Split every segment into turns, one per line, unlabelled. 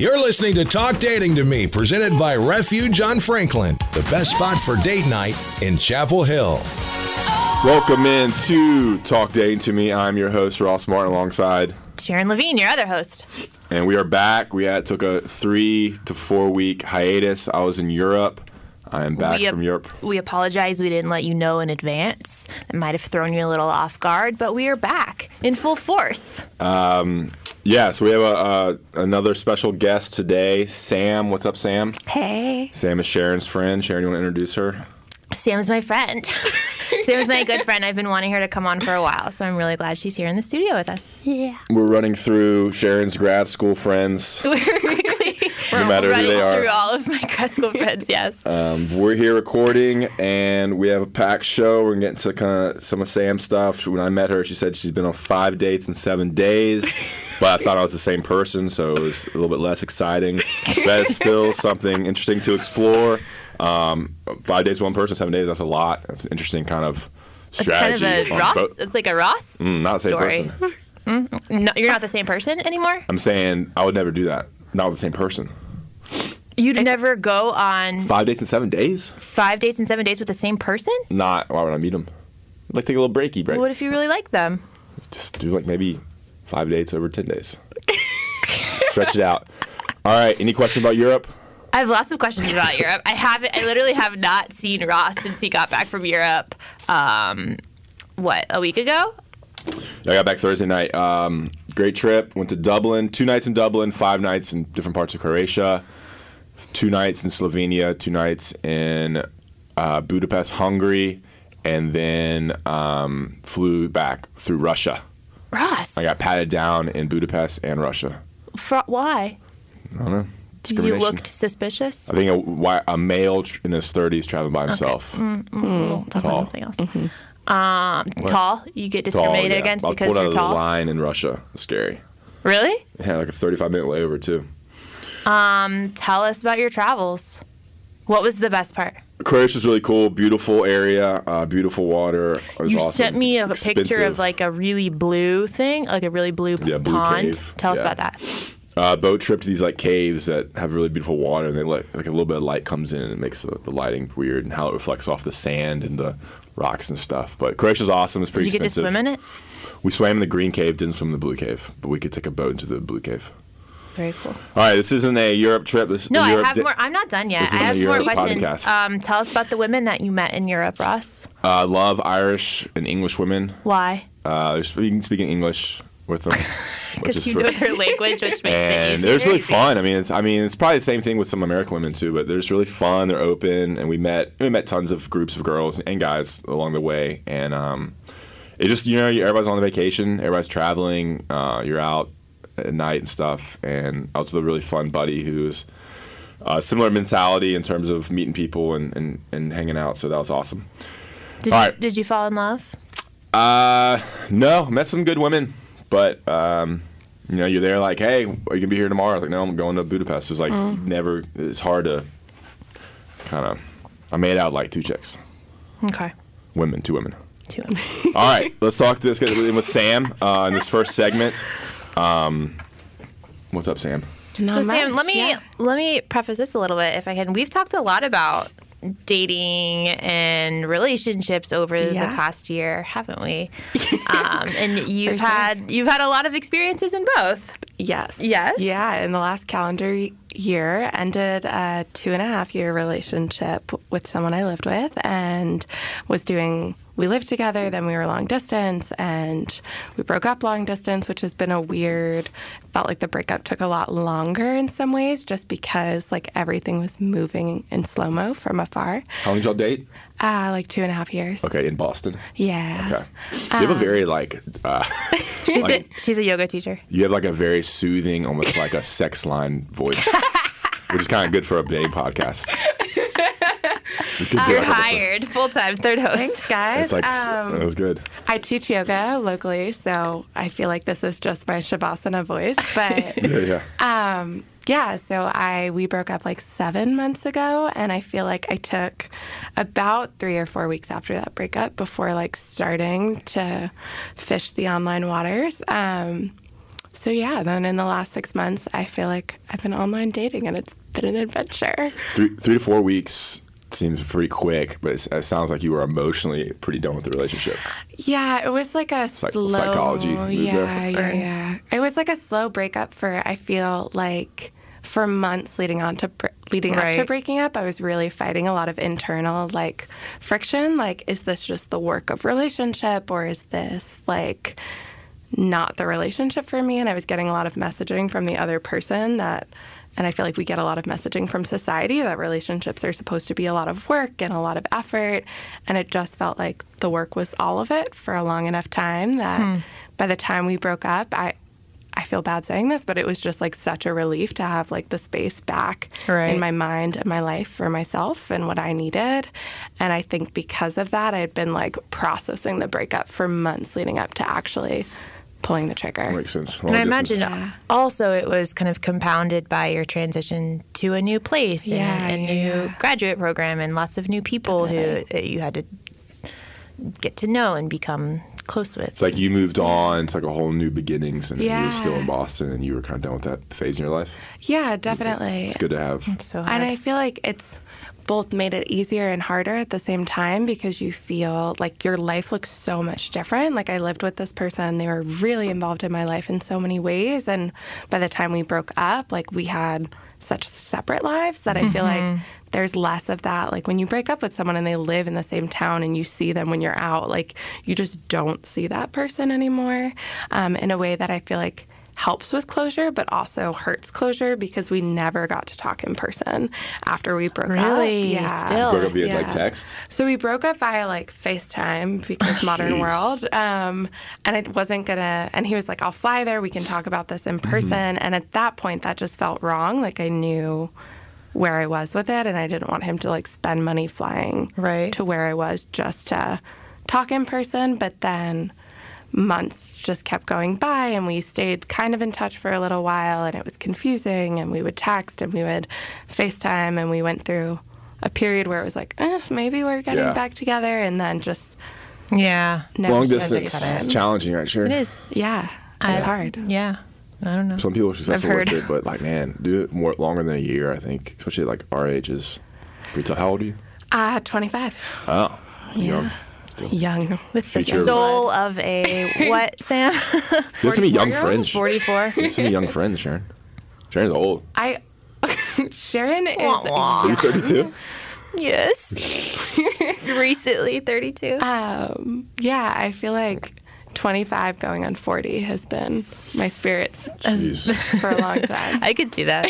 You're listening to Talk Dating to Me, presented by Refuge on Franklin, the best spot for date night in Chapel Hill.
Welcome in to Talk Dating to Me. I'm your host Ross Martin, alongside,
Sharon Levine, your other host.
and we are back. We had, took a three to four week hiatus. I was in Europe. I am back
We-
from Europe.
We apologize we didn't let you know in advance. It might have thrown you a little off guard, but we are back in full force.
Yeah, so we have a, uh, another special guest today, Sam. What's up, Sam?
Hey.
Sam is Sharon's friend. Sharon, you want to introduce her?
Sam's my friend. Sam's my good friend. I've been wanting her to come on for a while, so I'm really glad she's here in the studio with us.
We're running through Sharon's grad school friends.
We're quickly
No matter who
running
they
through
are. Uh,
all of my grad school friends, yes.
We're here recording, and we have a packed show. We're getting to kind of some of Sam's stuff. When I met her, she said she's been on five dates in seven days, but I thought I was the same person, so it was a little bit less exciting. But it's still something interesting to explore. Um, five days, one person, seven days—that's a lot. That's an interesting kind of
it's kind of
strategy.
a
on
Ross.
both-
It's like a Ross.
Mm, not the same
story.
person.
No, you're not the same person anymore.
I'm saying I would never do that. Not with the same person.
You'd never go on
Five dates in seven days?
five dates and seven days with the same person.
Not. Why would I meet them? Like take a little breaky break.
What if you really like them?
just do like maybe five dates over 10 days. Stretch it out. All right. Any questions about Europe?
I have lots of questions about Europe. I haven't. I literally have not seen Ross since he got back from Europe. Um, what a week ago.
I got back Thursday night. Um, great trip. Went to Dublin. Two nights in Dublin, five nights in different parts of Croatia, two nights in Slovenia, two nights in uh, Budapest, Hungary, and then um, flew back through Russia.
Ross,
I got patted down in Budapest and Russia.
fro- why?
I don't know.
You
Discrimination.
looked suspicious.
I think a, wi- a male tr- in his 30s traveling by himself.
We'll Mm, talk about
Tall.
something else. Um, tall. You get
Tall,
discriminated
Oh, yeah.
against
I was
because
pulled out
you're
of
tall.
the line in Russia. Scary.
Really?
It had like a 35 minute layover too.
Tell us about your travels. What was the best part?
Croatia's really cool. Beautiful area. Uh, beautiful water. It was
You
awesome.
sent me a picture
Expensive.
of like a really blue thing, like a really blue
Yeah, blue
pond.
cave.
Tell us
Yeah.
about that.
uh, boat trip to these like caves that have really beautiful water, and they let like a little bit of light comes in and it makes the, the lighting weird, and how it reflects off the sand and the rocks and stuff. But Croatia's awesome. It's
Did
pretty
you get to
expensive.
swim in it?
We swam in the green cave, didn't swim in the blue cave, but we could take a boat into the blue cave.
Very cool.
All right, this isn't a Europe trip. This
No,
a Europe
I have
di-
more. I'm not done yet.
This
I
isn't
have
a
more
Europe
questions.
podcast.
Um, tell us about the women that you met in Europe, Ross.
Uh, love Irish and English women.
Why?
Uh, there's- you can speak in English with them, which
Because
is
you
fr-
know their language, which makes it
and
easier.
they're just really fun. I mean, it's I mean it's probably the same thing with some American women too, but they're just really fun. They're open, and we met we met tons of groups of girls and guys along the way, and um, it just you know everybody's on vacation, everybody's traveling, uh, you're out at night and stuff. And I was with a really fun buddy who's uh, similar mentality in terms of meeting people and, and, and hanging out, so that was awesome.
Did,
All
you,
right.
did you fall in love?
Uh, no, met some good women, but um, you know, you're there like, hey, are you gonna be here tomorrow? Like, no, I'm going to Budapest. It's like never. It's hard to kind of. I made out like two chicks,
Okay.
women, two women.
Two.
All right, let's talk to this guy with Sam uh, in this first segment. Um, what's up, Sam?
So Sam, let me let me preface this a little bit, if I can. We've talked a lot about dating and relationships over
Yeah.
the past year, haven't we? um, and you've had you've had a lot of experiences in both.
Yes.
Yes?
Yeah. In the last calendar y- year, ended a two and a half year relationship with someone I lived with and was doing. We lived together, then we were long distance, and we broke up long distance, which has been a weird. Felt like the breakup took a lot longer in some ways, just because like everything was moving in slow mo from afar.
How long did y'all date?
Uh, like two and a half years.
Okay, in Boston.
Yeah.
Okay, you have a very like uh,
She's
Like-
a she's a yoga teacher.
you have like a very soothing, almost like a sex line voice, which is kind of good for a dating podcast. You could be
You're
like a-
hired full time third host.
Thanks, guys. Um,
It's like s-
um,
that was good.
I teach yoga locally, so I feel like this is just my shavasana voice. But
Yeah, yeah.
yeah, so I we broke up like seven months ago, and I feel like I took about three or four weeks after that breakup before like starting to fish the online waters. Um, So yeah, then in the last six months, I feel like I've been online dating, and it's been an adventure.
Three, three to four weeks seems pretty quick, but it's, it sounds like you were emotionally pretty done with the relationship.
Yeah, it was like a
Psych-
slow
psychology
Yeah,
moved
yeah,
there.
yeah. It was like a slow breakup for I feel like for months leading on to br- leading up to
Right.
breaking up, I was really fighting a lot of internal like friction. Like, is this just the work of relationship, or is this like not the relationship for me? And I was getting a lot of messaging from the other person that. And I feel like we get a lot of messaging from society that relationships are supposed to be a lot of work and a lot of effort. And it just felt like the work was all of it for a long enough time that by the time we broke up, I I feel bad saying this, but it was just like such a relief to have like the space back
Right.
in my mind and my life for myself and what I needed. And I think because of that, I had been like processing the breakup for months leading up to actually pulling the trigger.
Makes sense.
And I
Long
imagine
distance.
also it was kind of compounded by your transition to a new place
Yeah,
and a
yeah,
new
yeah.
graduate program and lots of new people who uh, you had to get to know and become close with.
It's like you moved on to like a whole new beginnings, and you were still
Yeah.
in Boston, and you were kind of done with that phase in your life.
Yeah, definitely.
It's good to have.
so hard.
And I feel like it's both made it easier and harder at the same time because you feel like your life looks so much different. Like I lived with this person, they were really involved in my life in so many ways. And by the time we broke up, like we had such separate lives that I feel like
Mm-hmm.
there's less of that. Like when you break up with someone and they live in the same town and you see them when you're out, like you just don't see that person anymore um, in a way that I feel like helps with closure, but also hurts closure because we never got to talk in person after we broke up.
Really?
Yeah.
Still?
Broke up via like
Yeah.
text.
So we broke up via like FaceTime
Oh,
because modern
Jeez.
world. Um, and it wasn't gonna, and he was like, I'll fly there. We can talk about this
Mm-hmm.
in person. And at that point, that just felt wrong. Like I knew where I was with it and I didn't want him to like spend money flying
Right.
to where I was just to talk in person. But then months just kept going by and we stayed kind of in touch for a little while and it was confusing and we would text and we would FaceTime and we went through a period where it was like, eh, maybe we're getting
Yeah.
back together and then just
yeah.
never
Long
said
distance
again.
is challenging, right? Sure.
It is.
Yeah.
I-
It's hard.
Yeah. I don't know.
Some people are successful
I've
with
heard.
it, but like, man, do it more longer than a year. I think, especially like our age is pretty tough. How old are you?
Uh, 25.
Oh, young.
Young.
With the
Future-
soul of a what, Sam?
There's some young
44-year-old?
friends.
44.
There's some young friends, Sharon. Sharon's old.
I. Sharon is.
Wah, wah.
Are you 32?
yes. Recently 32.
Ah. Yeah, I feel like 25 going on 40 has been my spirit
Jeez.
for a long time.
I could see that.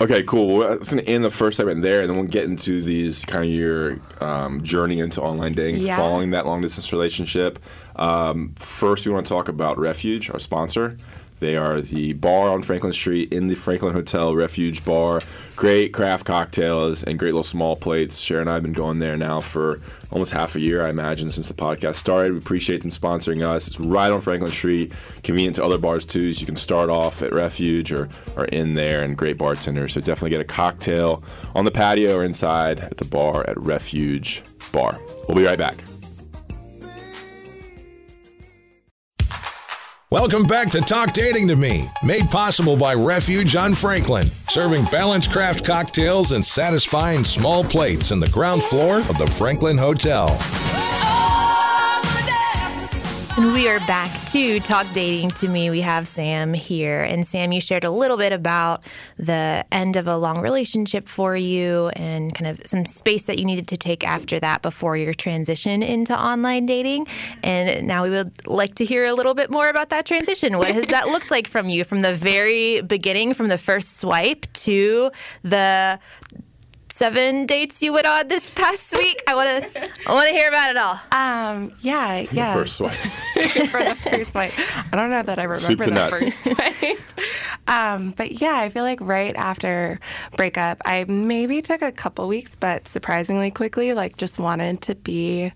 Okay, cool. Well, that's going to end the first segment there, and then we'll get into these kind of your um, journey into online dating,
Yeah.
following that long distance relationship. Um, first, we want to talk about Refuge, our sponsor. They are the bar on Franklin Street in the Franklin Hotel Refuge Bar. Great craft cocktails and great little small plates. Sharon and I have been going there now for almost half a year, I imagine, since the podcast started. We appreciate them sponsoring us. It's right on Franklin Street, convenient to other bars too. So you can start off at Refuge or, or in there, and great bartenders. So definitely get a cocktail on the patio or inside at the bar at Refuge Bar. We'll be right back.
Welcome back to Talk Dating to Me, made possible by Refuge on Franklin, serving balanced craft cocktails and satisfying small plates in the ground floor of the Franklin Hotel.
And we are back to Talk Dating to Me. We have Sam here. And Sam, you shared a little bit about the end of a long relationship for you and kind of some space that you needed to take after that before your transition into online dating. And now we would like to hear a little bit more about that transition. What has that looked like from you from the very beginning, from the first swipe to the seven dates you went on this past week? I wanna I wanna hear about it all.
Um, yeah, yeah.
First swipe.
for the first swipe. I don't know that I remember
Soup to
the
nuts.
first swipe. Um, but yeah, I feel like right after breakup, I maybe took a couple weeks, but surprisingly quickly, like just wanted to be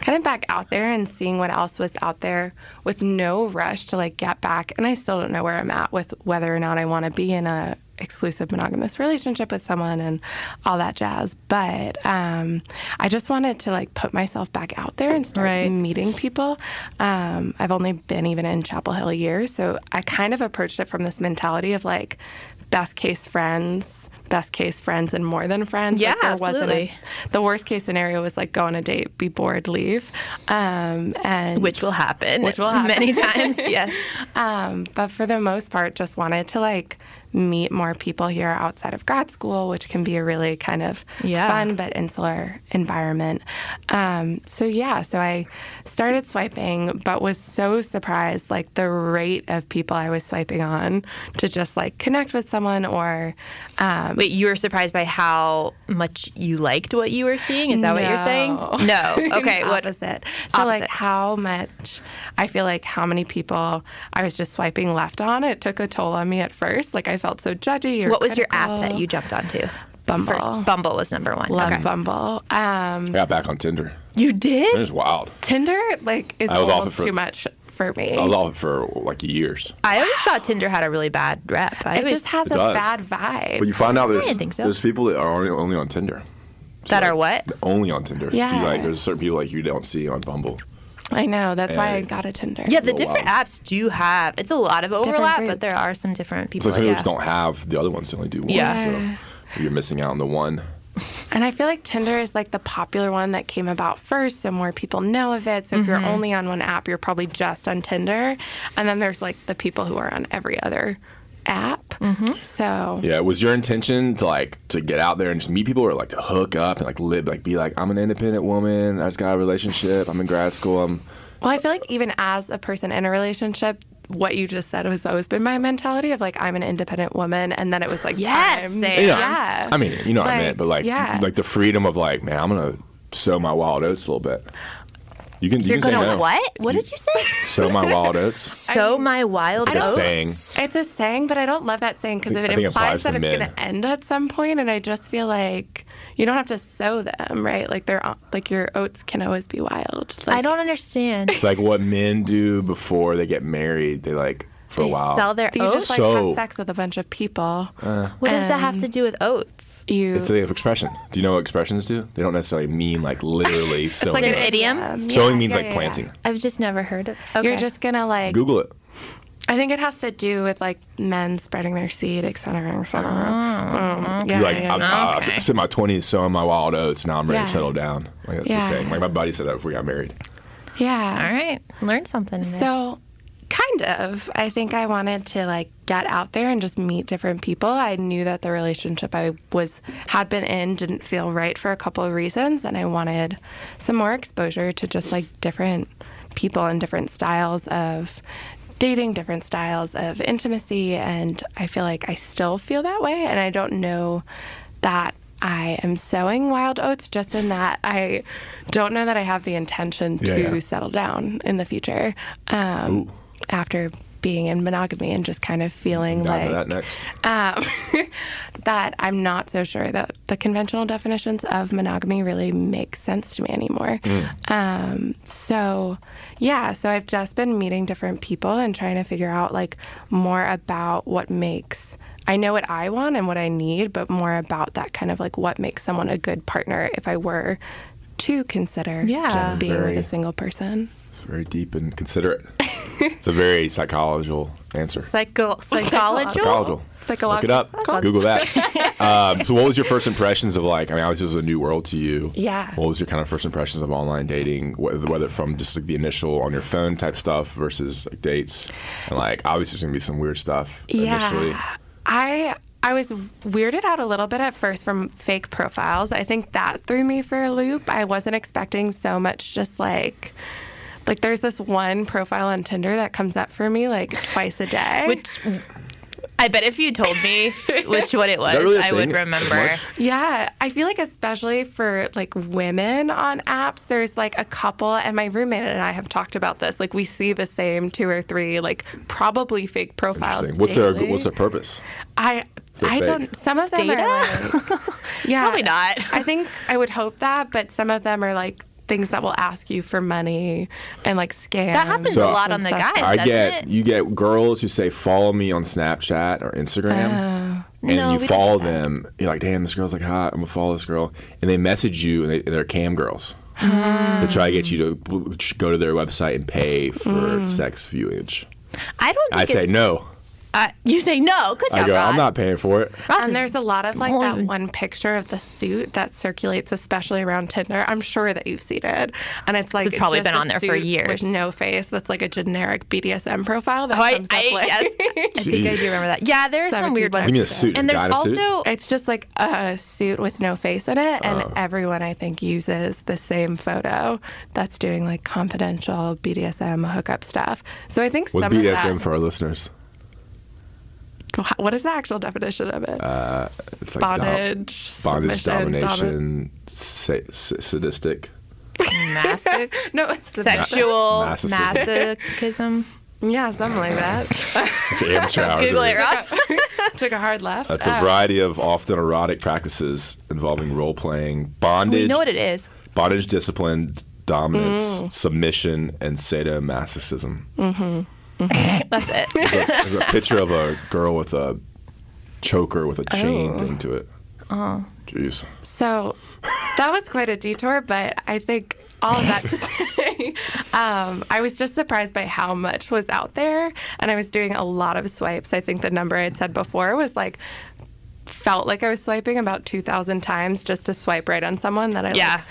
kind of back out there and seeing what else was out there with no rush to like get back. And I still don't know where I'm at with whether or not I want to be in a exclusive monogamous relationship with someone and all that jazz. But um, I just wanted to like put myself back out there and start
Right.
meeting people. Um, I've only been even in Chapel Hill a year, so I kind of approached it from this mentality of like best case friends, best case friends, and more than friends. Like,
Yeah,
there wasn't a-
absolutely.
the worst case scenario was like go on a date, be bored, leave, um, and
which will happen.
Which will happen.
many times. Yes.
um, but for the most part, just wanted to like meet more people here outside of grad school, which can be a really kind of
Yeah.
fun but insular environment. Um, so yeah, so I started swiping, but was so surprised like the rate of people I was swiping on to just like connect with someone or
Wait, you were surprised by how much you liked what you were seeing? Is that what you're saying? No. Okay.
the
What?
opposite. So like
Opposite.
how much I feel like how many people I was just swiping left on. It took a toll on me at first. Like I felt so judgy. Or
What was your app
critical.
that you jumped onto?
Bumble.
First, Bumble was number one.
Love
okay.
Bumble. Um,
I got back on Tinder.
You did?
It was wild.
Tinder like is
I was off
almost
it for-
too much for me.
I was off it for like years.
I always thought Tinder had a really bad rep. I
it
always,
just has
It
a
does.
bad vibe.
But you find out there's
didn't think so.
there's people that are only, only on Tinder. So,
that
like,
are what?
Only on Tinder.
Yeah.
You, like there's certain people like you don't see on Bumble.
I know. That's why I
And-
got a Tinder.
Yeah, the
Oh,
different
wow.
apps do have. It's a lot of overlap,
groups.
but there are some different
So
people.
some people
yeah.
just don't have the other ones. They only do one.
Yeah.
So you're missing out on the one.
And I feel like Tinder is like the popular one that came about first, so more people know of it. So if
Mm-hmm.
you're only on one app, you're probably just on Tinder. And then there's like the people who are on every other app.
Mm-hmm.
So
Yeah. Was your intention to like to get out there and just meet people or like to hook up and like live like be like I'm an independent woman. I just got a relationship. I'm in grad school. I'm
Well, I feel like even as a person in a relationship, what you just said has always been my mentality of like I'm an independent woman, and then it was like
Yes,
time.
same.
Yeah.
yeah.
I mean, you know what I
Like,
meant, but like,
yeah.
like the freedom of like, man, I'm gonna sow my wild oats a little bit. You can. You
You're
can say
gonna
no.
what? What did you say?
Sow my wild oats.
so my wild
Like a
oats.
saying.
It's a saying, but I don't love that saying because
I
if
think
it
it applies
implies that
to
it's
men.
going to end at some point, and I just feel like you don't have to sow them, right? Like they're like your oats can always be wild. Like,
I don't understand.
It's like what men do before they get married. They like for
They
a while.
sell their
You
oats.
just like
So- Uh,
have sex with a bunch of people.
what does that have to do with oats?
you
it's an expression. Do you know what expressions do? They don't necessarily mean like literally sowing.
like an
oats.
idiom?
Um,
Sowing
yeah,
means
yeah,
like
yeah, yeah.
planting.
I've just never heard of. Okay.
You're just gonna like.
Google it.
I think it has to do with like men spreading their seed, et cetera, et cetera.
Ah,
Mm, yeah,
You're like,
yeah.
I'm, uh, I spent my 20s sowing my wild oats. Now I'm ready to
Yeah.
settle down. Like that's
Yeah.
the saying. Like my buddy said that before we got married.
yeah.
all right. Learn something. today.
So, kind of. I think I wanted to like get out there and just meet different people. I knew that the relationship I was had been in didn't feel right for a couple of reasons, and I wanted some more exposure to just like different people and different styles of dating, different styles of intimacy, and I feel like I still feel that way, and I don't know that. I am sowing wild oats just in that I don't know that I have the intention
Yeah,
to
yeah.
settle down in the future um, after being in monogamy and just kind of feeling
Down to
like
that next.
um, that I'm not so sure that the conventional definitions of monogamy really make sense to me anymore.
Hmm.
Um, so, yeah, so I've just been meeting different people and trying to figure out like more about what makes. I know what I want and what I need, but more about that kind of like what makes someone a good partner if I were to consider
Yeah.
just being
Very-
with a single person.
It's very deep and considerate. it's a very psychological answer.
Psycho- psychological.
Psychological.
Psychological.
Look it up. Google that. um, so, what was your first impressions of like? I mean, obviously, it was a new world to you.
Yeah.
What was your kind of first impressions of online dating? Whether, whether from just like the initial on your phone type stuff versus like dates, and like obviously there's gonna be some weird stuff initially.
I I was weirded out a little bit at first from fake profiles. I think that threw me for a loop. I wasn't expecting so much just like like there's this one profile on Tinder that comes up for me like twice a day.
Which I bet if you told me which one it was,
that really a
I would
thing?
remember.
As
Yeah, I feel like especially for like women on apps, there's like a couple, and my roommate and I have talked about this. Like we see the same two or three, like probably fake profiles.
Interesting. What's their
daily.
What's their purpose?
I
They're
I
fake.
don't. Some of them are
Data?
like- yeah,
Probably not.
I think I would hope that, but some of them are like things that will ask you for money and like scams.
That happens
So,
a lot on the
I
guys,
I
doesn't
get
it?
you get girls who say follow me on Snapchat or Instagram, and
Oh. No, we
you
don't
follow them. You're like, damn, this girl's like hot. I'm gonna follow this girl, and they message you, and they, they're cam girls.
Hmm.
To try to get you to bl- go to their website and pay for
Hmm.
sex viewage.
I don't. Think
I say
it's-
no.
I- you say no. Good job,
I go,
Ross.
I'm not paying for it.
Ross
And
is-
there's a lot of like that
Mormon.
one picture of the suit that circulates, especially around Tinder. I'm sure that you've seen it, and it's like
it's probably
just
been
a
on there for
suit
years.
with no face. That's like a generic BDSM profile that
Oh, I,
comes up
I,
like.
yes, I think I do remember that. Yeah, there's some weird ones.
You
mean a suit,
And
a
there's
guy in a
also
suit?
It's just like a suit with no face in it, and
Oh.
everyone I think uses the same photo that's doing like confidential BDSM hookup stuff. So I think
What's
some
BDSM
of
for our listeners?
that, what is the actual definition of it?
Uh, it's like dom-
bondage,
bondage,
submission, domi-
domination, sa- s- sadistic.
massive
no, it's
sexual
Narcissism.
masochism.
yeah, something like that.
Damn child.
Google it, Ross.
Took a hard left.
That's
Uh,
a variety of often erotic practices involving role playing, bondage,
We know what it Mm. is.
bondage discipline, dominance, submission, and sadomasochism.
That's it.
There's a picture of a girl with a choker with a chain
Oh.
thing to it.
Uh-huh.
Oh. Jeez.
So that was quite a detour, but I think all of that to say, um, I was just surprised by how much was out there. And I was doing a lot of swipes. I think the number I had said before was like, felt like I was swiping about 2,000 times just to swipe right on someone that I like,
Yeah.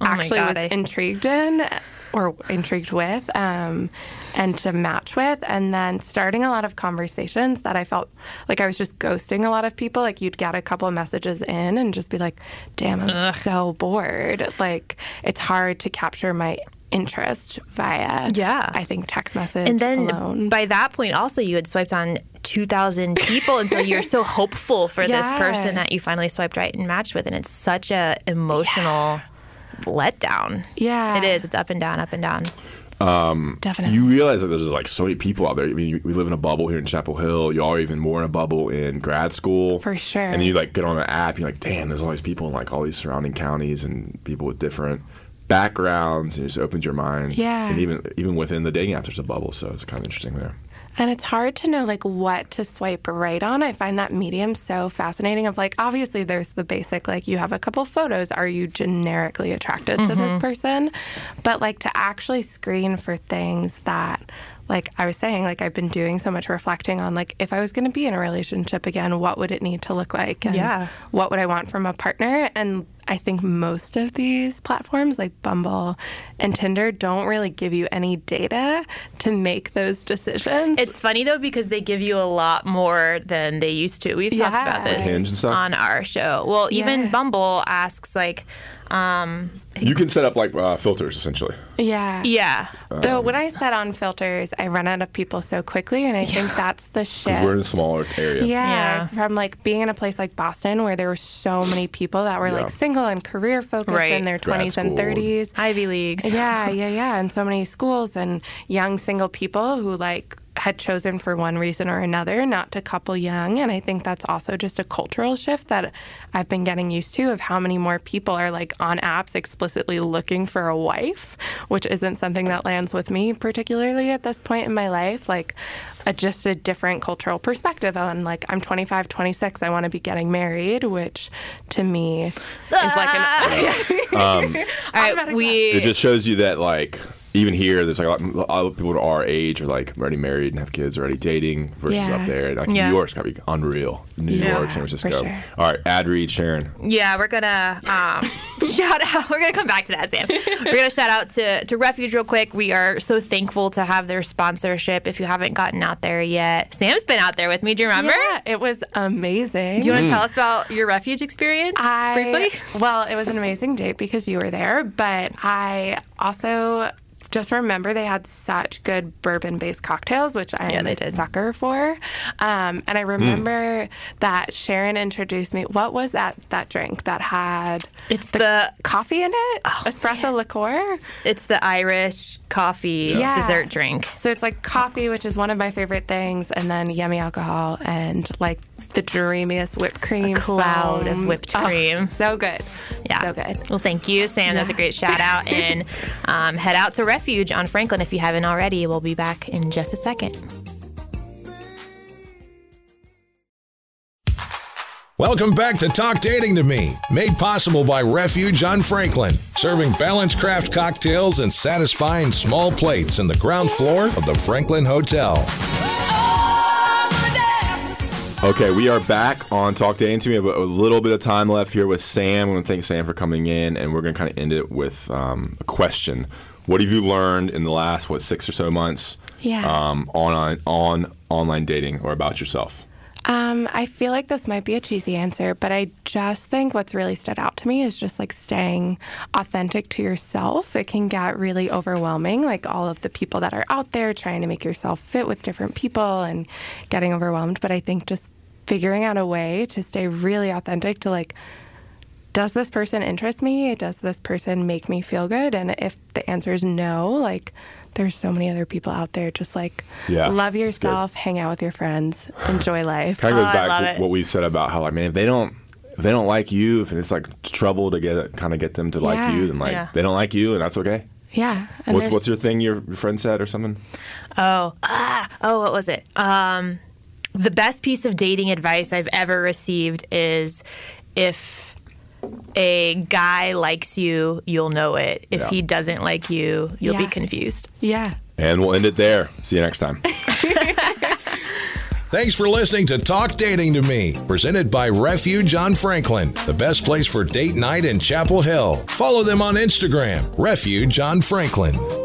Oh my
actually
God,
was
I-
intrigued in or intrigued with um, and to match with and then starting a lot of conversations that i felt like i was just ghosting a lot of people like you'd get a couple of messages in and just be like damn i'm so bored like it's hard to capture my interest via
Yeah.
i think text message
And then
alone.
by that point, also, you had swiped on 2,000 people. And so you're so hopeful for this
Yeah.
person that you finally swiped right and matched with. And it's such a emotional letdown.
Yeah.
It is. It's up and down, up and down.
definitely
You realize that there's like so many people out there. I mean, you- we live in a bubble here in Chapel Hill. You are even more in a bubble in grad school.
For sure.
And you like get on an app, you're like, damn, there's all these people in like all these surrounding counties and people with different backgrounds. And it just opens your mind.
Yeah.
And even even within the dating app, there's a bubble. So it's kind of interesting there.
And it's hard to know like what to swipe right on. I find that medium so fascinating of like obviously there's the basic like you have a couple photos are you generically attracted to this person? But like to actually screen for things that like I was saying like I've been doing so much reflecting on like if I was going to be in a relationship again, what would it need to look like? And
Yeah.
what would I want from a partner? And I think most of these platforms like Bumble and Tinder don't really give you any data to make those decisions.
It's funny though because they give you a lot more than they used to. We've talked about
Yes.
this
Hinge and stuff?
on our show. Well, even
Yeah.
Bumble asks like,
You can set up like uh, filters essentially.
yeah.
yeah,
Though when I set on filters, I run out of people so quickly, and I think that's the shift.
We're in a smaller area.
yeah,
Yeah.
from like being in a place like Boston where there were so many people that were
Yeah.
like single and career focused
Right.
in their
Grad
20s and
school.
30s.
Ivy Leagues.
yeah, yeah, yeah. And so many schools and young single people who like had chosen for one reason or another not to couple young. And I think that's also just a cultural shift that I've been getting used to of how many more people are like on apps explicitly looking for a wife, which isn't something that lands with me particularly at this point in my life. Like, a, just a different cultural perspective on like I'm 25, 26, I want to be getting married, which to me is like an
All right,
Automatic
we
It just shows you that like even here, there's like a lot, a lot of people our age are like already married and have kids, already dating versus
Yeah.
up there. And, like
Yeah.
New York's gotta be unreal. New
Yeah,
York, San
for
Francisco.
sure.
All right, ad read Sharon.
Yeah, we're gonna um, shout out. We're gonna come back to that, Sam. We're gonna shout out to to Refuge real quick. We are so thankful to have their sponsorship. If you haven't gotten out there yet, Sam's been out there with me. Do you remember?
Yeah, it was amazing.
Do you want to tell us about your refuge experience
I,
briefly?
Well, it was an amazing date because you were there, but I also just remember they had such good bourbon based cocktails, which I am
they
a
did.
sucker for. Um, and I remember that Sharon introduced me. What was that that drink that had
It's the
coffee in it?
Oh,
Espresso liqueur?
it's the Irish coffee
Yeah.
dessert drink.
So it's like coffee, which is one of my favorite things, and then yummy alcohol and like the dreamiest whipped cream.
cloud of
foam.
whipped
Oh,
cream.
so good.
Yeah.
So good.
Well, thank you, Sam. That's a
Yeah.
great shout out. And um, head out to Refuge on Franklin if you haven't already. We'll be back in just a second.
Welcome back to Talk Dating to Me, made possible by Refuge on Franklin, serving balanced craft cocktails and satisfying small plates in the ground floor of the Franklin Hotel.
Okay, we are back on Talk Dating to Me. We have a little bit of time left here with Sam. We want to thank Sam for coming in, and we're going to kind of end it with um, a question. What have you learned in the last what six or so months?
Yeah.
Um, on on online dating or about yourself.
Um, I feel like this might be a cheesy answer, but I just think what's really stood out to me is just like staying authentic to yourself. It can get really overwhelming, like all of the people that are out there trying to make yourself fit with different people and getting overwhelmed. But I think just figuring out a way to stay really authentic to like, does this person interest me? Does this person make me feel good? And if the answer is no, like, there's so many other people out there. Just like,
Yeah,
love
that's good.
yourself, hang out with your friends, enjoy life. Uh,
Kind of goes
Oh, I
back
love
to
it.
what we said about how like man, if they don't if they don't like you, if it's like trouble to get kind of get them to
Yeah.
like you, then like
Yeah.
they don't like you, and that's okay.
Yeah. and
What's,
there's-
what's your thing your your friend said or something?
Oh, ah, oh, what was it? Um, the best piece of dating advice I've ever received is if a guy likes you, you'll know it. If
Yeah.
he doesn't like you, you'll be
Yeah.
confused.
Yeah.
And we'll end it there. See you next time.
Thanks for listening to Talk Dating to Me, presented by Refuge on Franklin, the best place for date night in Chapel Hill. Follow them on Instagram, Refuge on Franklin.